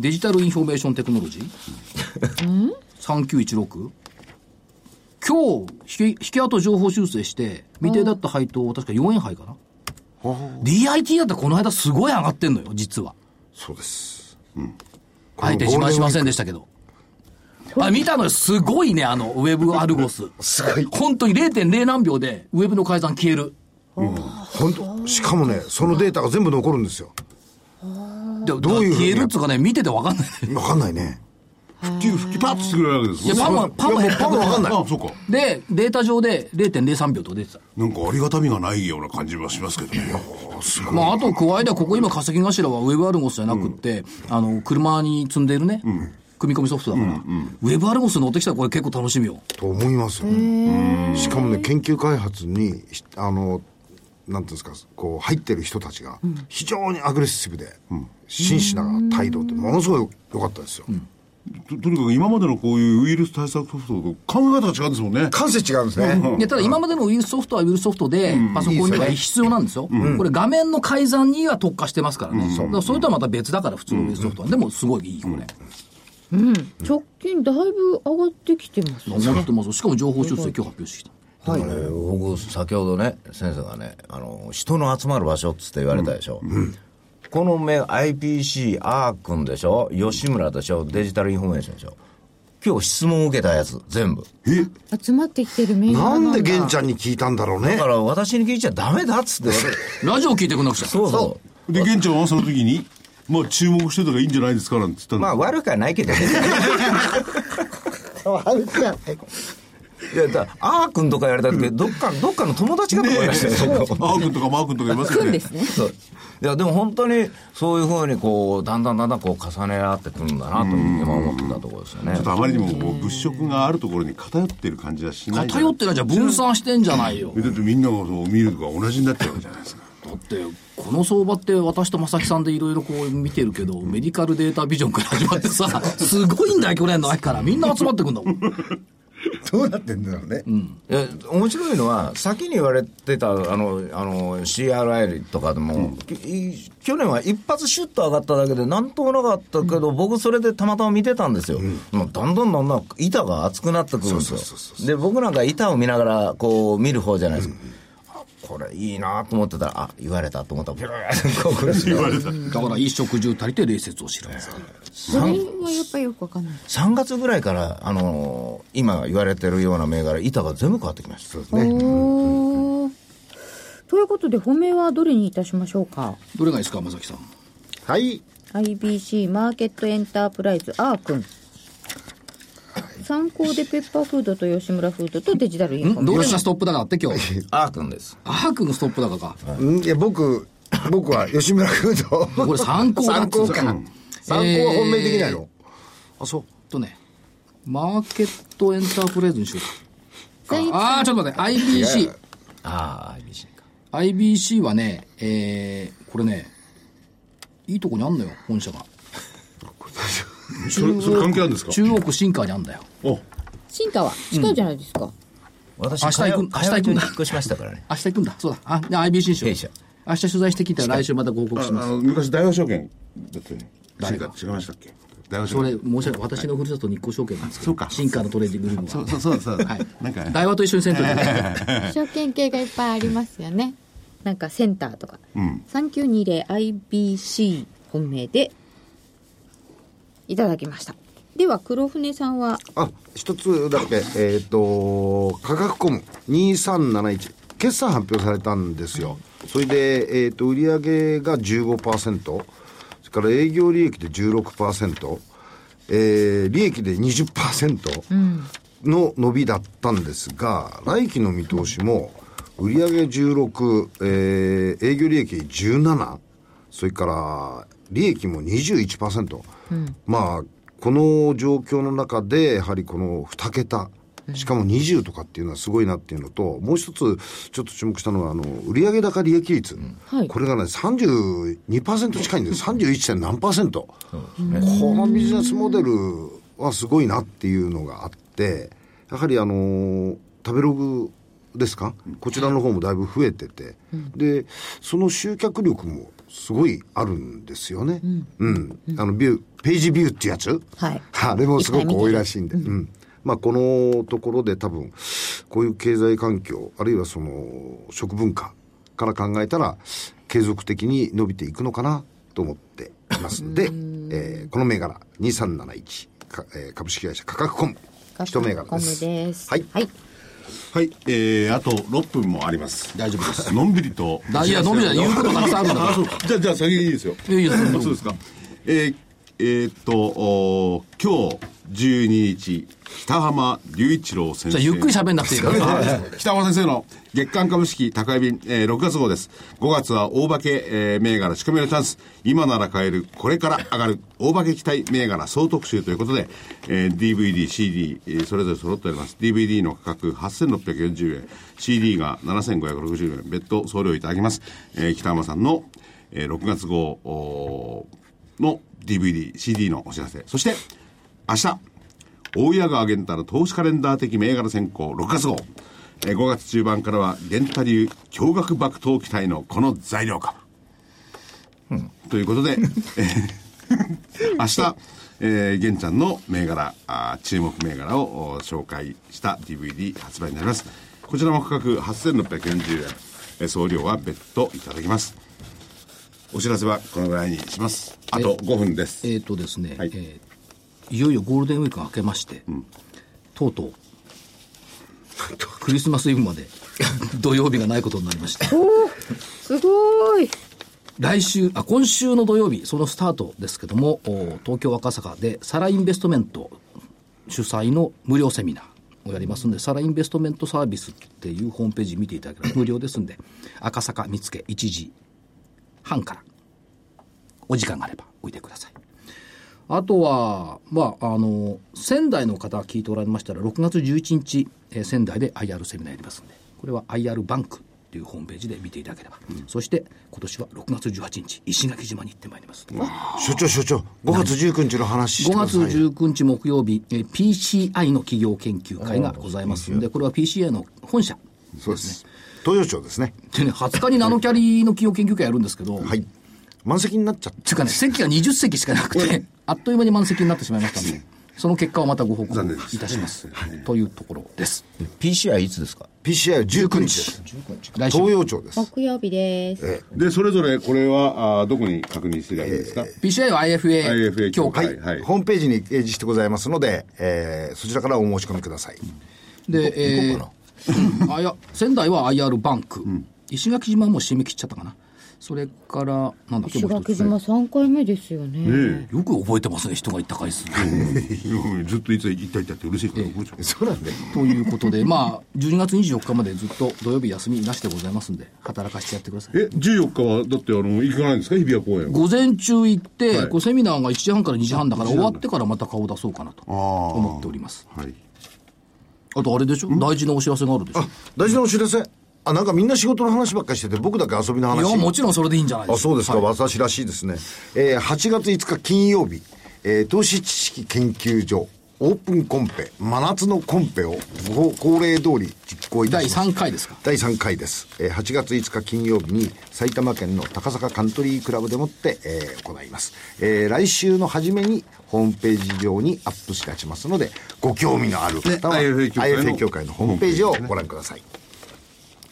デジタルインフォメーションテクノロジー3916今日引け引け跡情報修正して未定だった配当確か4円配かな DIT だったらこの間すごい上がってんのよ実は
そうです
あえて自慢しませんでしたけど。あ見たのよ、すごいね、あの、ウェブアルゴス。
すごい
本当に0.0何秒で、ウェブの改ざん消える。
本当しかもねそのデータが全部残るんですよ
でど
ういうふうに
消えるっつうかね、見てて分かんない。
分かんないね
復旧復旧パッとしてくれるわけです
いや、パンは、パンは減った
パンは分かんない
あそうか
で、データ上で0.03秒と出てた。
なんかありがたみがないような感じはしますけどね
まあ、あと加えては、ここ今、稼ぎ頭はウェブアルゴスじゃなくって、あの、車に積んでいるね、組み込みソフトだから、ウェブアルゴス乗ってきたらこれ結構楽しみよ。
と思いますよねしかもね研究開発にひあのなんていうんですかこう入ってる人たちが非常にアグレッシブで真摯な態度ってものすごい良かったですよ
ととにかく今までのこういうウイルス対策ソフトと考え方が違うんですもんね
感性違うんですね
いやただ今までのウイルスソフトはウイルスソフトで、パソコンには必要なんですよ。これ画面の改ざんには特化してますからね。だからそれとはまた別だから、普通のウイルスソフトは。でもすごいいい、これ。
直近だいぶ上がってきてます
思ってます。しかも情報修正今日発表してき
だからね僕先ほどね先生がねあの人の集まる場所っつって言われたでしょ、この目 IPC アー君でしょ吉村でしょデジタルインフォメーションでしょ今日質問受けたやつ全部
集まってきてるメンバー
なんで玄ち
ゃ
ゃんに聞いたんだろうね
だから私に聞いちゃダメだっつって
た。ラジオ聞いてくんなくちゃ。
そうそ
で玄ちゃんはその時にまあ注目してたらいいんじゃないですかなんて言った
う。
の
まあ悪くはないけどね。
悪くはない
いや、だあーくんとか言われたって、どっか、どっかの友達かと思いましたよ。
あーくんとかマーくんとかいますよ
ん
ね
ですね
そういや、でも本当に、そういうふうに、こう、だんだんだんだん、こう、重ね合ってくるんだな、という、今思ってたところですよね
ちょっ。とあまりにももう物色があるところに偏ってる感じはしない
偏ってないじゃん分散してんじゃないよ。
だってみんながそう見るのが同じになっちゃうわけじゃないですか
だって、この相場って私と正木さんでいろいろこう見てるけど、メディカルデータビジョンから始まってさ、すごいんだよ、去年の秋から。みんな集まってくんだもん。
どうなってんだろうね。
いや面白いのは、先に言われてたあのあの CRI とかでも、きい去年は一発シュッと上がっただけで、なんともなかったけど、僕、それでたまたま見てたんですよ、もうだんだんだんだん板が厚くなってくるんですよ、で僕なんか板を見ながらこう見る方じゃないですか。あこれいいなと思ってたら、あ言われたと思ったら、 ピューッとこう来るし
だから衣食住足りて礼節を知らない
それはやっぱりよくわかんない
3月ぐらいから、あのー今言われてるような銘柄、板が全部変わってきました。
おーということで、本命はどれにいたしましょうか。
どれがいいですか山崎さん
はい。
IBC マーケットエンタープライズ R 君。参考でペッパーフードと吉村フードとデジタルインフォ
ん
メ
どれがストップ高だって今日
アー君です。
あーくんのストップ高か
うんいや、僕、僕は吉村君と。
これ参考だっ
参
つう
考
の
か。参考は本命できないの。
あそうとねマーケットエンタープレイズにしようか
全員
ああーちょっと待って IBC
ああ、IBC か。
IBC はね、えー、これね、いいとこにあんのよ、本社が。
それそれ関係あるんですか
中央区新川にあんだよ。
進化は近いじゃないですか。
私、
明日行く
火曜
明日行く
日
ん
に
だ
引っ越しましたからね。
明日行くんだ。そうだ。あ、で IBC にしよ
弊社
う。明日取材してきたら来週またご報告
ああ
します。
の昔大和証券だったよね
誰
誰
が
か違いましたっけ大和証
それ、
券
申し訳ない。私のふるさと日光証券なんですけど、
そうか
新川のトレーディングルームは。
そうそうそうそう
はい。
なんか
大和と一緒にせんといて
証券系がいっぱいありますよね。なんかセンターとか。
ん
3920 IBC 本命でいただきました。では、黒船さんは、
あ、一つだけ、えっ、と、価格コム2371。決算発表されたんですよ。それで、えっ、と、売上が15%。それから営業利益で16%。えー利益で20%の伸びだったんですが、来期の見通しも、売上16、えー営業利益17、それから利益も21%、まあ、この状況の中で、やはりこの2桁、しかも20とかっていうのはすごいなっていうのと、もう一つちょっと注目したのは、あの、売上高利益率。
はい
これがね、32%近いんです。31. 点何パーセント。このビジネスモデルはすごいなっていうのがあって、やはりあのー食べログですか、こちらの方もだいぶ増えてて、で、その集客力もすごいあるんですよね。うん。あの、ビュー、ページビューってやつ
はい
あれもすごく多いらしいんで。うん。まあ、このところで多分、こういう経済環境、あるいはその、食文化から考えたら、継続的に伸びていくのかなと思っていますので、えーこの銘柄、2371、かえー株式会社価格コム、一銘柄
コ
で
ム
す。
です。
はい。
はい。
はい、えー、あと6分もあります。
大丈夫です。
のんびりと。
大いや、飲みじゃない。言うことたくさんあるんだ
あ、
か
そうか。じゃあ、じゃあ先にいいですよ。
いやいや
あそうですか。えー、えーっと、おー今日12日、北浜隆一郎先生。
じゃあゆっくり喋んなくていいから
はい北浜先生の月間株式高い便、えー6月号です。5月は大化け、えー銘柄仕込みのチャンス。今なら買える、これから上がる、大化け期待銘柄総特集ということで、えー DVD、CD、えーそれぞれ揃っております。DVD の価格8640円、CD が7560円、別途送料いただきます。えー北浜さんの、えー6月号おーの DVD、CD のお知らせ。そして、明日、大谷川源太の投資カレンダー的銘柄選考6月号。えー5月中盤からは源太流驚愕爆投期待のこの材料株。ということで、えー 明日、えー、源ちゃんの銘柄、あー注目銘柄をお紹介した DVD 発売になります。こちらも価格8640円。えー送料は別途いただきます。お知らせはこのぐらいにします。あと5分です。
えっ、とですね、
はい
いえーいよいよゴールデンウィークが明けまして、とうとう、クリスマスイブまで土曜日がないことになりまして、
すごーい。
来週、あ、今週の土曜日、そのスタートですけども、お東京赤坂でサラインベストメント主催の無料セミナーをやりますので、サラインベストメントサービスっていうホームページ見ていただければ無料ですんで、赤坂見附1時半から、お時間があればおいでください。あとは、まあ、あの、仙台の方聞いておられましたら、6月11日、えー仙台で IR セミナーやりますんで、これは IR バンクというホームページで見ていただければ、そして今年は6月18日石垣島に行ってまいります、
所長所長5月19日の話し
5
てくだ
月
さいよ
19日木曜日、えー PCI の企業研究会がございますので、これは PCI の本社。
そうです東洋町ですね
でね、20日にナノキャリの企業研究会やるんですけど、
はい満席になっちゃった
つうかね、席が20席しかなくて、あっという間に満席になってしまいましたので、その結果をまたご報告いたします。というところです。
PCI いつですか
PCI は19日です
来週
東洋町です
木曜日です。
で、それぞれこれは、あーどこに確認していただけますか、
PCI は IFA
IFA
協
協
会
会。
は、
はいい
ホームページに掲示してございますので、えーそちらからお申し込みください、
で、えーうんあいや仙台は IR バンク、石垣島はもう締め切っちゃったかなそれからなんだっけ
石
もう
垣
一つ
島
よ
3回目ですよね。
く覚えてますね人が行った回数
うん ずっといつ行った行ったって嬉しいから覚えちゃう
そうなんで
ということでまあ12月24日までずっと土曜日休みなしでございますんで働かしてやってください
え、14日は、だってあの、行かないんですか日比谷公園は。
午前中行って、
はい
こうセミナーが1時半から2時半だから終わってからまた顔出そうかなと思っております
はい。
あとあれでしょ大事なお知らせがあるでしょ
大事なお知らせあなんかみんな仕事の話ばっかりしてて僕だけ遊びの
い
話
やもちろんそれでいいんじゃないで
あ
すか
そうですか、
はい
私らしいですね、えー8月5日金曜日、えー投資知識研究所オープンコンペ真夏のコンペをご恒例通り実行いた
第
します
3回ですか
第3回です、えー8月5日金曜日に埼玉県の高坂カントリークラブでもって、えー行います、えー来週の初めにホームページ上にアップしがちますのでご興味のある方は、
ね IFA 協会の
IFA 協会のホームページをご覧ください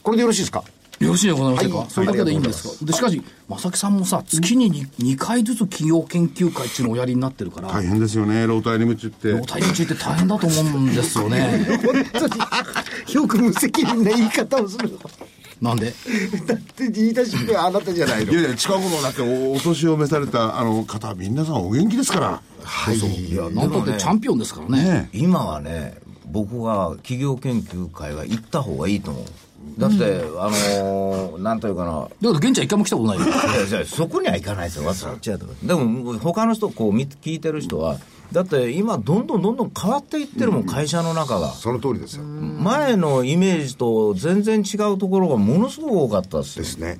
これでよろしいです か
よろしいでございませんか、
はい
それだけでいいんですか、
はい
でしかし正木さんもさ月に 2, 回ずつ企業研究会っていうのをおやりになってるから、
大変ですよね、老体に夢中って。
老体について大変だと思うんですよね
本当によく無責任な言い方をする
なんで
だって言い出しっぺはあなたじゃないの
いやいや、近頃だっておお年を召されたあの方、皆さんお元気ですから。
はい
や
なんだってチャンピオンですからね
今はね僕は企業研究会は行った方がいいと思うだって、あのーなんというかな
だけど現地は一回も来たことないよ
いやいやそこには行かないですよ、わざわざでも、他の人こう見、聞いてる人は、だって今、どんどんどんどん変わっていってるもん、会社の中が。
その通りですよ
前のイメージと全然違うところがものすごく多かったです
で
よ。
すね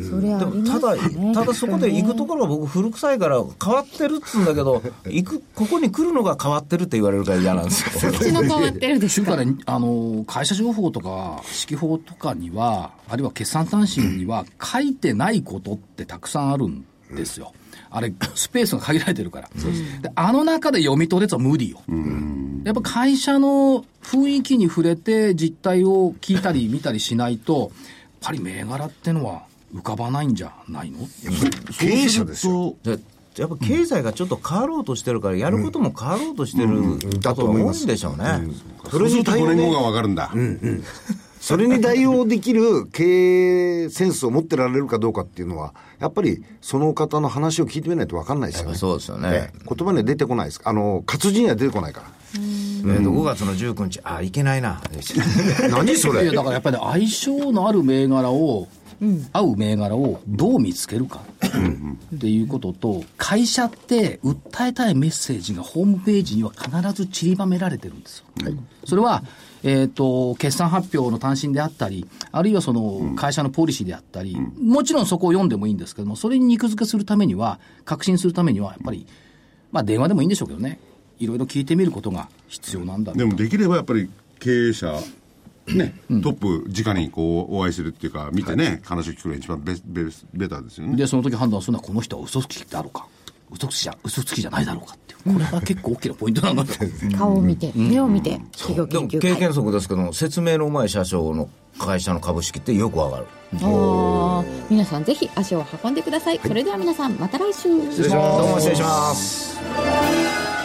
それあ
で
り
も
ま
た
す
だ、
ね。
ただそこで行くところが僕、古臭いから変わってるっつうんだけど、行く、ここに来るのが変わってるって言われるから嫌なんですよ。
こっちの変わってるで
そ
す
れ
か
からあの会社情報とか指揮法とかにはあるいは決算単身には書いてないことってたくさんあるんですよ、あれスペースが限られてるから、であの中で読み取れつは無理よ、やっぱ会社の雰囲気に触れて実態を聞いたり見たりしないとやっぱり銘柄ってのは浮かばないんじゃないの
経営者ですよ
よ。
でやっぱ経済がちょっと変わろうとしてるから、やることも変わろうとしてる
だ
ことと
思い
が
ま
多
す
いんでしょうね。
それに5年後がわかるんだ。
それに対応できる経営センスを持ってられるかどうかっていうのは、やっぱりその方の話を聞いてみないと分かんないですよ
や
ね。
っぱそうですよね
ええ言葉には出てこないです。あの、活字には出てこないか
えーと5月の19日、あ、いけな いな、
ら。何そ
いや
れ
だからやっぱりね相性のある銘柄を、合う銘柄をどう見つけるかっていうことと会社って訴えたいメッセージがホームページには必ず散りばめられてるんですよ、それは、えー、と決算発表の単身であったりあるいはその会社のポリシーであったり、もちろんそこを読んでもいいんですけどもそれに肉付けするためには確信するためにはやっぱり、まあ、電話でもいいんでしょうけどねいろいろ聞いてみることが必要なんだろう
でもできればやっぱり経営者、ね、トップ直にこうお会いするっていうか、見てね、話を聞くのが一番ベベベベターですよね。
でその時判断するのはこの人は嘘つきだろうか嘘つきじゃ嘘つきじゃないだろうかっていうこれが結構大きなポイントなんだと
顔を見て、目を見て、企業
で
研
も
究
経
会。
験則ですけども、説明のうまい社長の会社の株式ってよくわかる。
あー皆さんぜひ足を運んでください。それでは皆さん、また来週。
どうも失礼します。